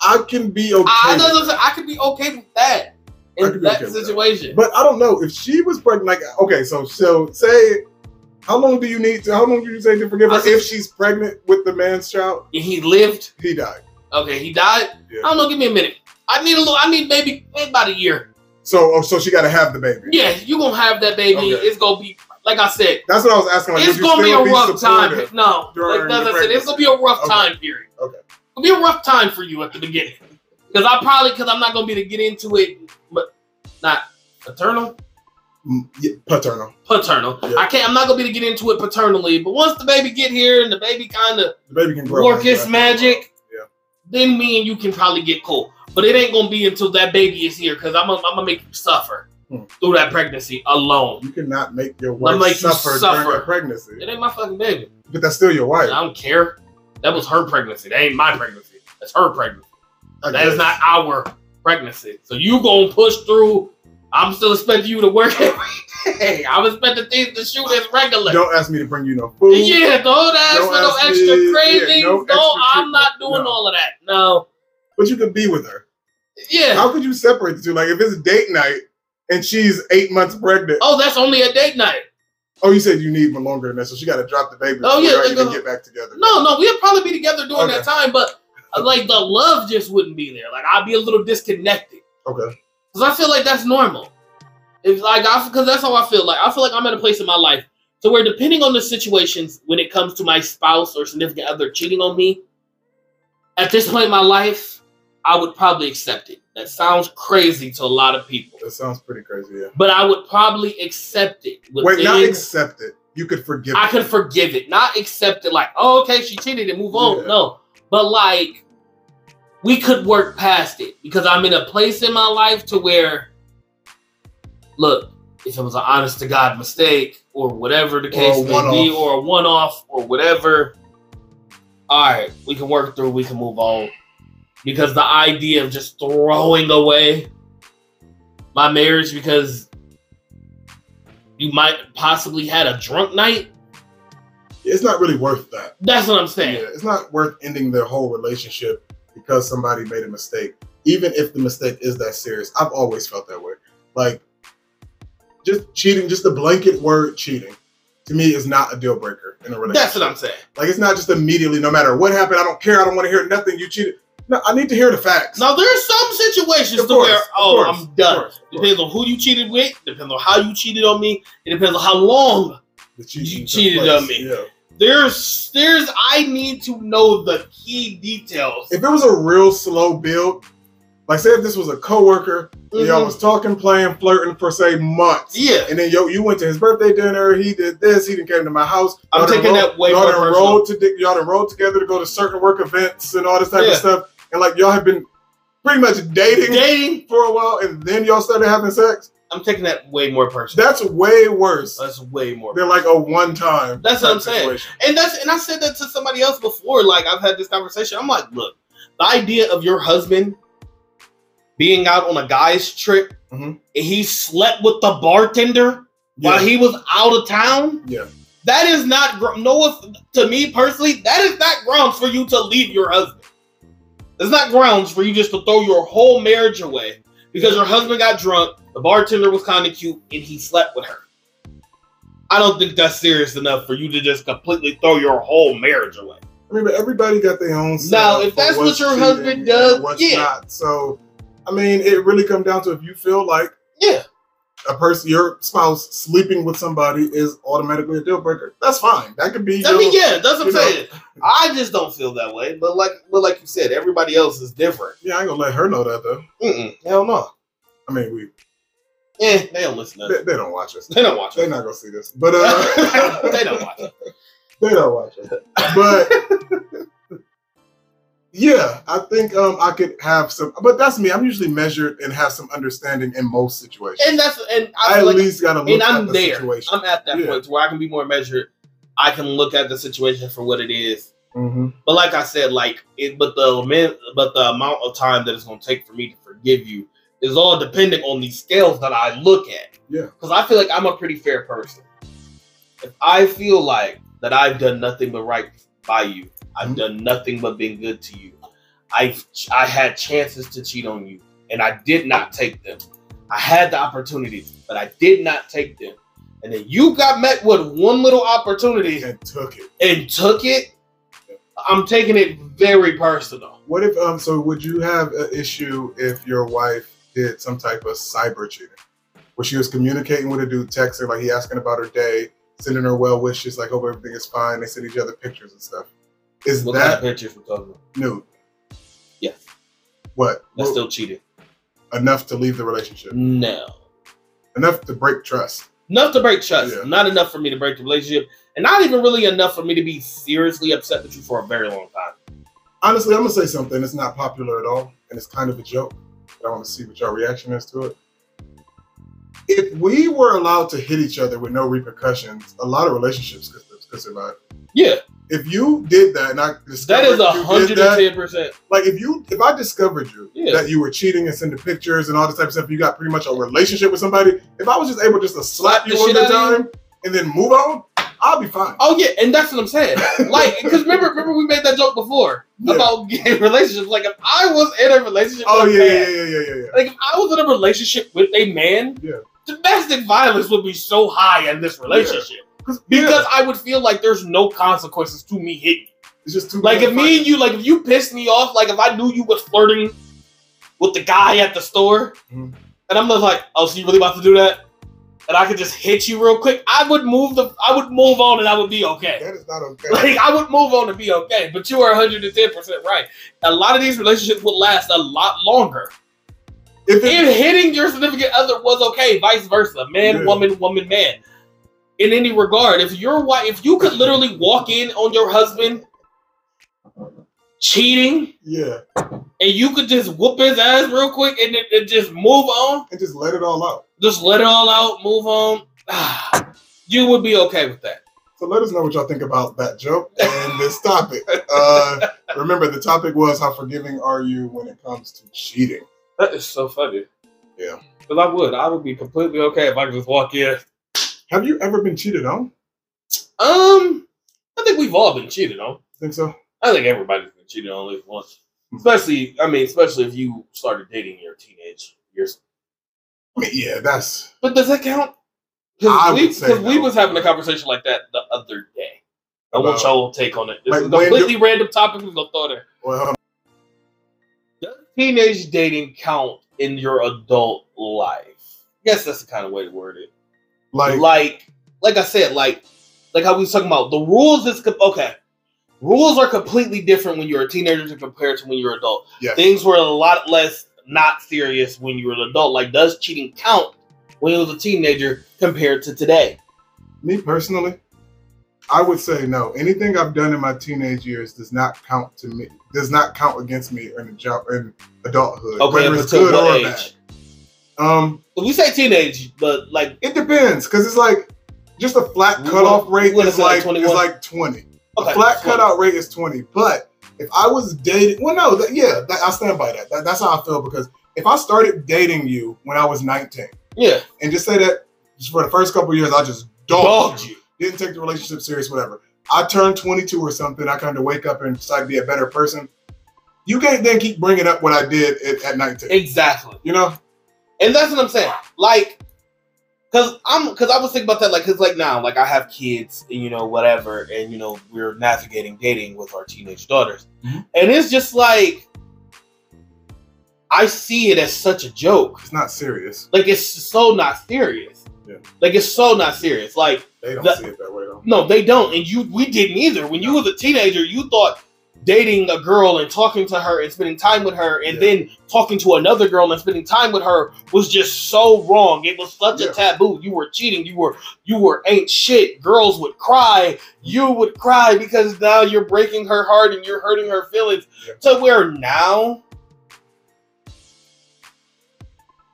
I can be okay, I, I, with know what I'm that. saying. I could be okay with that I could in be that okay with that. situation. but I don't know if she was pregnant. Like okay, so so say, how long do you need to? How long do you say to forgive I her said- if she's pregnant with the man's child? And he lived. He died. Okay, he died. Yeah. I don't know. Give me a minute. I need a little. I need maybe maybe about a year. So oh, so she got to have the baby. Yeah, you gonna have that baby. Okay. It's gonna be like I said. That's what I was asking. Like, it's would you gonna be still a rough supportive? time. No, during like, as the I said, it's gonna be a rough time period. Okay. It'll be a rough time for you at the beginning because I probably because I'm not gonna be able to get into it, but not paternal, Mm, yeah, Paternal. paternal. Yeah. I can't. I'm not gonna be able to get into it paternally. But once the baby get here and the baby kind of The baby can grow. work into his that. magic, Yeah. then me and you can probably get cool. But it ain't gonna be until that baby is here because I'm gonna I'm gonna make you suffer. Hmm. through that pregnancy alone. You cannot make your Let wife me make you suffer, during suffer. a pregnancy, It ain't my fucking baby. but that's still your I wife. don't care. That was her pregnancy. That ain't my pregnancy. That's her pregnancy. I That is guess. not our pregnancy. So you gonna push through. I'm still expecting you to work *laughs* every day. I'm expecting things to shoot as regular. Don't ask me to bring you no food. yeah, don't ask for no ask me- extra yeah, cravings. no no, extra I'm not treatment. doing No. all of that. No. But you could be with her. Yeah. How could you separate the two? Like if it's date night and she's eight months pregnant. Oh, that's only a date night. Oh, you said you need one longer than that, so she got to drop the baby. Oh, before yeah, y'all they even go- get back together. No, no, we'll probably be together during Okay. that time, but uh, like the love just wouldn't be there. Like I'd be a little disconnected Okay. because I feel like that's normal. It's like I because that's how I feel. Like I feel like I'm at a place in my life to where depending on the situations when it comes to my spouse or significant other cheating on me, at this point in my life, I would probably accept it. That sounds crazy to a lot of people, That sounds pretty crazy. Yeah. but I would probably accept it. Wait, not within- accept it. You could forgive. I it. could forgive it, not accept it. Like, oh, okay, she cheated and move on. Yeah. No, but like, we could work past it because I'm in a place in my life to where, look, if it was an honest to God mistake or whatever the a case may be, one-off. or a one off or whatever, all right, we can work through. We can move on because the idea of just throwing away my marriage because you might possibly had a drunk night It's not really worth that. that's what I'm saying. Yeah, it's not worth ending their whole relationship because somebody made a mistake, even if the mistake is that serious. I've always felt that way. Like, just cheating, just the blanket word cheating, to me is not a deal breaker in a relationship. That's what I'm saying. Like, it's not just immediately, no matter what happened, I don't care, I don't want to hear nothing, you cheated. No, I need to hear the facts. Now there's some situations Of to course, where of oh course, I'm of done. course, of course. depends on who you cheated with. Depends on how you cheated on me. It depends on how long. The cheating You took cheated place. on me. Yeah. There's there's I need to know the key details. If it was a real slow build, like, say if this was a coworker, Mhm. y'all was talking, playing, flirting for, say, months. Yeah, And then yo, you went to his birthday dinner. He did this. He didn't came to my house. I'm Y'all done taking rolled- that way Y'all more done personal. rolled to di- y'all done rolled together to go to certain work events and all this type Yeah. of stuff. And like y'all have been pretty much dating dating. for a while, and then y'all started having sex. I'm taking that way more personal. That's way worse That's way more. than like a one time. That's what I'm saying. And that's and I said that to somebody else before. Like I've had this conversation. I'm like, look, the idea of your husband being out on a guy's trip Mhm. and he slept with the bartender while Yeah. he was out of town. Yeah. That is not gr- no off- to me personally. That is not grounds for you to leave your husband. It's not grounds for you just to throw your whole marriage away because your husband got drunk. The bartender was kind of cute and he slept with her. I don't think that's serious enough for you to just completely throw your whole marriage away. I mean, but everybody got their own. Now, stuff if for that's what's what your cheating husband and does, what's yeah. not. So, I mean, it really comes down to if you feel like Yeah. a person, your spouse sleeping with somebody is automatically a deal breaker. That's fine. That could be. I mean, your- yeah, that's what I'm you know. saying. I just don't feel that way. But like, but like you said, everybody else is different. Yeah, I ain't gonna let her know that though. Mm-mm, hell no. I mean, we Eh, they don't listen to us. they, they don't watch us. They don't watch us. They're not gonna see this, *laughs* but uh, *laughs* they don't watch it. they don't watch us. But yeah, I think um I could have some. But that's me. I'm usually measured and have some understanding in most situations. And that's and I, I feel at like least gotta look and at I'm the there. situation. I'm at that Yeah. point to where I can be more measured. I can look at the situation for what it is. Mhm. But like I said, like it, but the man, but the amount of time that it's going to take for me to forgive you is all dependent on these scales that I look at. Yeah. Because I feel like I'm a pretty fair person. If I feel like that I've done nothing but right by you, I've Mhm. done nothing but been good to you. I've I had chances to cheat on you, and I did not take them. I had the opportunity, but I did not take them. And then you got met with one little opportunity And took it. and took it, I'm taking it very personal. What if um? So would you have an issue if your wife did some type of cyber cheating, where she was communicating with a dude, texting like he asking about her day, sending her well wishes, like hope everything is fine. They send each other pictures and stuff. Is What kind that of pictures we talking about? new? Yeah. What? That's Well, still cheating. enough to leave the relationship. No. Enough to break trust. Enough to break trust. Yeah. Not enough for me to break the relationship. And not even really enough for me to be seriously upset with you for a very long time. Honestly, I'm gonna say something. It's not popular at all, and it's kind of a joke. But I want to see what your reaction is to it. if we were allowed to hit each other with no repercussions, a lot of relationships could could survive. Yeah, If you did that, and I that discovered is a you did hundred and that, ten percent. like if you if I discovered you Yeah. that you were cheating and sending pictures and all this type of stuff, you got pretty much a relationship with somebody. If I was just able just to slap you the one shit good outta time and then move on, I'll be fine. Oh yeah, and that's what *laughs* I'm saying. Like, because remember, remember we made that joke before Yeah. about gay *laughs* relationships. Like, if I was in a relationship, Oh with a yeah, man, yeah, yeah, yeah, yeah, yeah. like if I was in a relationship with a man, Yeah. domestic violence would be so high in this relationship because Yeah, I would feel like there's no consequences to me hitting. you. it's just too Like bad if me and you, like if you pissed me off, like if I knew you was flirting with the guy at the store, Mhm. and I'm just like, oh, so you really about to do that? And I could just hit you real quick. I would move the, I would move on, and I would be okay. *laughs* That is not okay. Like I would move on to be okay, but you are 110 percent right. A lot of these relationships would last a lot longer. if it, If hitting your significant other was okay, vice versa, man, Yeah. woman, woman, man. In any regard, if your wife, if you could literally walk in on your husband cheating, yeah, and you could just whoop his ass real quick and, then- and just move on, and just let it all out. just let it all out, move on, *sighs* ah, you would be okay with that. So let us know what y'all think about that joke and this topic. Uh, remember, the topic was how forgiving are you when it comes to cheating? That is so funny. Yeah. Because I would, I would be completely okay if I could just walk in. Have you ever been cheated on? Um, I think we've all been cheated on. Think so? I think everybody's been cheated on at least once. Especially, I mean, especially if you started dating your teenage years. I mean, yeah, that's But does that count? I Because we, would say 'cause we no. was having a conversation like that the other day. I want About- y'all take on it. This Like, is a when completely random topic. We're gonna throw it there. well. Does teenage dating count in your adult life? Yes, that's the kind of way to word it. Like, like like I said, like like how we was talking about the rules is co- okay. Rules are completely different when you're a teenager compared to when you're an adult. Yes. Things were a lot less not serious when you were an adult. Like does cheating count when you was a teenager compared to today? me personally, I would say no. Anything I've done in my teenage years does not count to me. Does not count against me in a job in adulthood, Okay, whether but it's to good what or age? bad. Um, If we say teenage, but like it depends because it's like just a flat We cutoff wanna- we rate wanna is say like like is 21. like twenty. okay, a flat so- cutout rate is 20. But if I was dating, well, no, that, yeah, that, I stand by that. that. That's how I feel because if I started dating you when I was 19 Yeah, and just say that just for the first couple of years, I just dogged dogged you, you. didn't take the relationship serious, whatever. I turned 22 or something, I kind of wake up and decide to be a better person. You can't then keep bringing up what I did at, at 19. Exactly. you know? And that's what I'm saying. Like, cause I'm, cause I was thinking about that. Like, cause like now, like I have kids, and you know, whatever, and you know, we're navigating dating with our teenage daughters, Mhm. and it's just like, I see it as such a joke. It's not serious. Like, it's so not serious. Yeah. Like, it's so not serious. Like, They don't The- see it that way, though. no, they don't, and you, we didn't either. When you was a teenager, you thought dating a girl and talking to her and spending time with her and Yeah. then talking to another girl and spending time with her was just so wrong. It was such Yeah. a taboo. You were cheating. You were you were ain't shit. Girls would cry. You would cry because now you're breaking her heart and you're hurting her feelings. To where now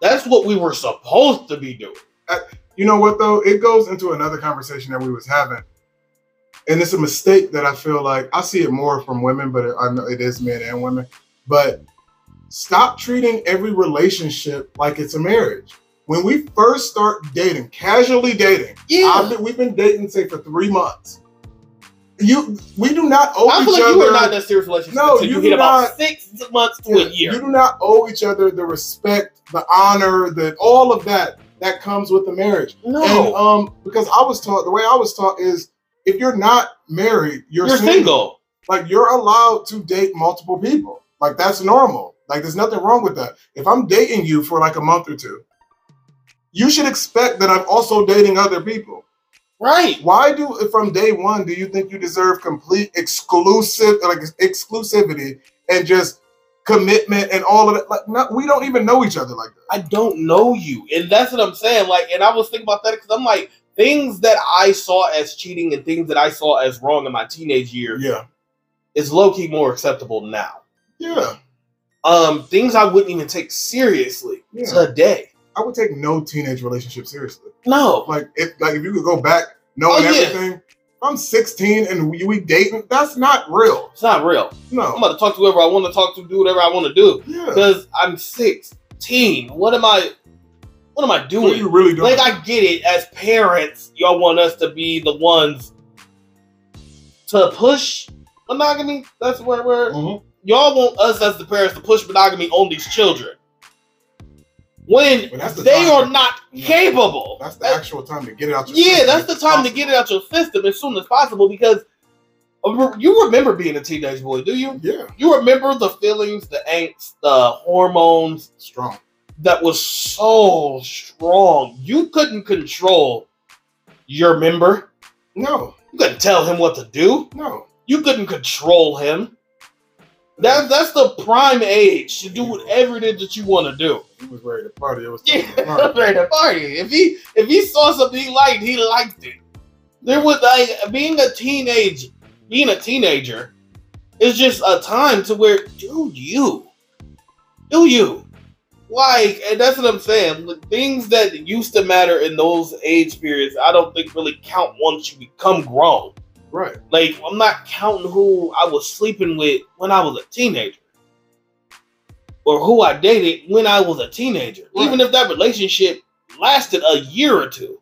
that's what we were supposed to be doing. you know what though it goes into another conversation that we was having and it's a mistake that i feel like i see it more from women but i know it is men and women but stop treating every relationship like it's a marriage when we first start dating casually dating I've been, we've been dating say for three months you we do not owe I each feel like other you were not in a serious relationship No, until you you, do hit not- about six months to a year. you do not owe each other the respect the honor that all of that that comes with the marriage And no, um, because I was taught the way I was taught is if you're not married, you're, you're, single. Like you're allowed to date multiple people. Like that's normal. Like there's nothing wrong with that. If I'm dating you for like a month or two, you should expect that I'm also dating other people. right? Why do from day one do you think you deserve complete exclusive like exclusivity and just commitment and all of that? Like no, we don't even know each other like that. I don't know you, and that's what I'm saying. Like, and I was thinking about that because I'm like things that I saw as cheating and things that I saw as wrong in my teenage years Yeah, is low key more acceptable now. yeah, Um, things I wouldn't even take seriously Yeah. today. I would take no teenage relationship seriously. No, Like if like if you could go back knowing Oh, yeah. everything. if I'm 16 and we, we dating. That's not real. it's not real. I'm No. about to talk to whoever I want to talk to, do whatever I want to do. Yeah. Because I'm 16. What am I? What am I What are doing? you really doing? Like I get it. As parents, y'all want us to be the ones to push monogamy. That's where we're. Mhm. Y'all want us as the parents to push monogamy on these children when But that's the they time. are not Yeah. capable. That's the actual time to get it out. Your yeah, system that's the as time to possible. get it out your system as soon as possible because uh, you remember being a teenage boy, do you? Yeah, You remember the feelings, the angst, the hormones, strong. that was so strong. You couldn't control your member. No, You couldn't tell him what to do. no. You couldn't control him. That that's the prime age to do whatever it is that you want to do. He was ready to party. It was time to *laughs* Yeah, party. right, party. If he if he saw something he liked, he liked it. There was like being a teenage, being a teenager, is just a time to where do you, do you, like, and that's what I'm saying. The things that used to matter in those age periods, I don't think really count once you become grown. Right. Like, I'm not counting who I was sleeping with when I was a teenager. Or who I dated when I was a teenager. Right. Even if that relationship lasted a year or two.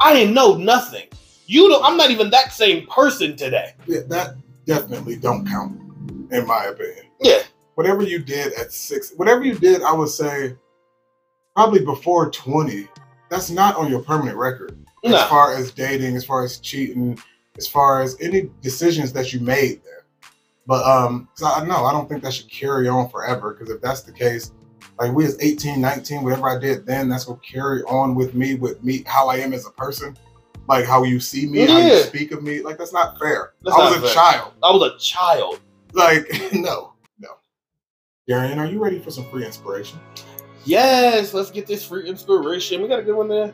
I didn't know nothing. You don't I'm not even that same person today. Yeah, that definitely don't count, in my opinion. Yeah. Whatever you did at six, whatever you did, I would say, probably before twenty. That's not on your permanent record. As No. far as dating, as far as cheating, as far as any decisions that you made there. But um, 'cause I know I don't think that should carry on forever. Because if that's the case, like we as 18, 19, whatever I did then, that's gonna carry on with me, with me, how I am as a person, like how you see me, how you Yeah. speak of me. Like that's not fair. That's I was not a fair. child. I was a child. Like *laughs* no, no. Darian, are you ready for some free inspiration? Yes, let's get this free inspiration. We got a good one there.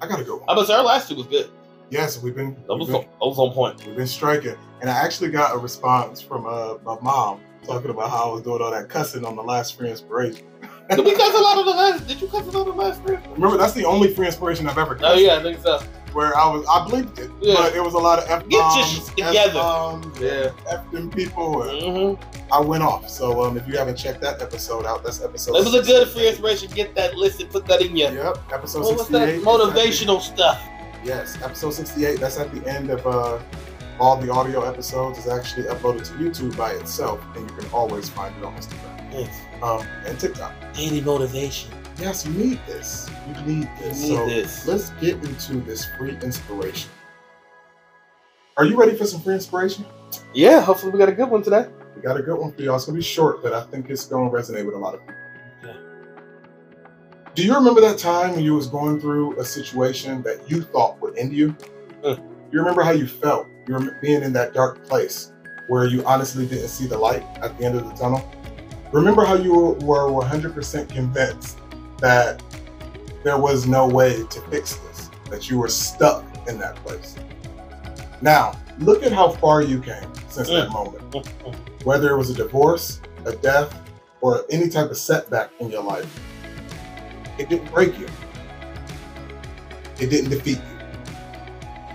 I gotta go. I bet our last two was good. Yes, we've been. That we've was been- on, that was on point. We've been striking. And I actually got a response from uh, my mom talking about how I was doing all that cussing on the last free inspiration. Did we cuss a lot of the last did you cuss a lot of the last three? Remember, that's the only free inspiration I've ever Oh cussed yeah, I think so. where I was, I blinked it, Yeah. but it was a lot of F Get your bombs, shit together. Yeah. F them people. and Mm-hmm. I went off. So um, if you haven't checked that episode out, that's episode. It was a good free 68. inspiration. Get that list and put that in your. Yep, episode What was 68. that? It's at the- Motivational stuff. Yes, episode 68. That's at the end of uh, all the audio episodes. is actually uploaded to YouTube by itself, and you can always find it on Instagram um, and TikTok. Daily motivation. Yes, you need this. You need You this. need so this. let's get into this free inspiration. Are you ready for some free inspiration? Yeah, hopefully we got a good one today. We got a good one for y'all. It's gonna be short, but I think it's gonna resonate with a lot of people. Okay. Do you remember that time when you was going through a situation that you thought would end you? Mm. You remember how you felt? You remember being in that dark place where you honestly didn't see the light at the end of the tunnel? Remember how you were 100% convinced that there was no way to fix this, that you were stuck in that place. Now, look at how far you came since that moment. Whether it was a divorce, a death, or any type of setback in your life, it didn't break you. It didn't defeat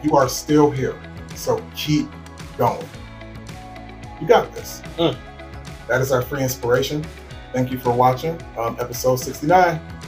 you. You are still here. So keep going. You got this. Mm. That is our free inspiration. Thank you for watching um, episode 69.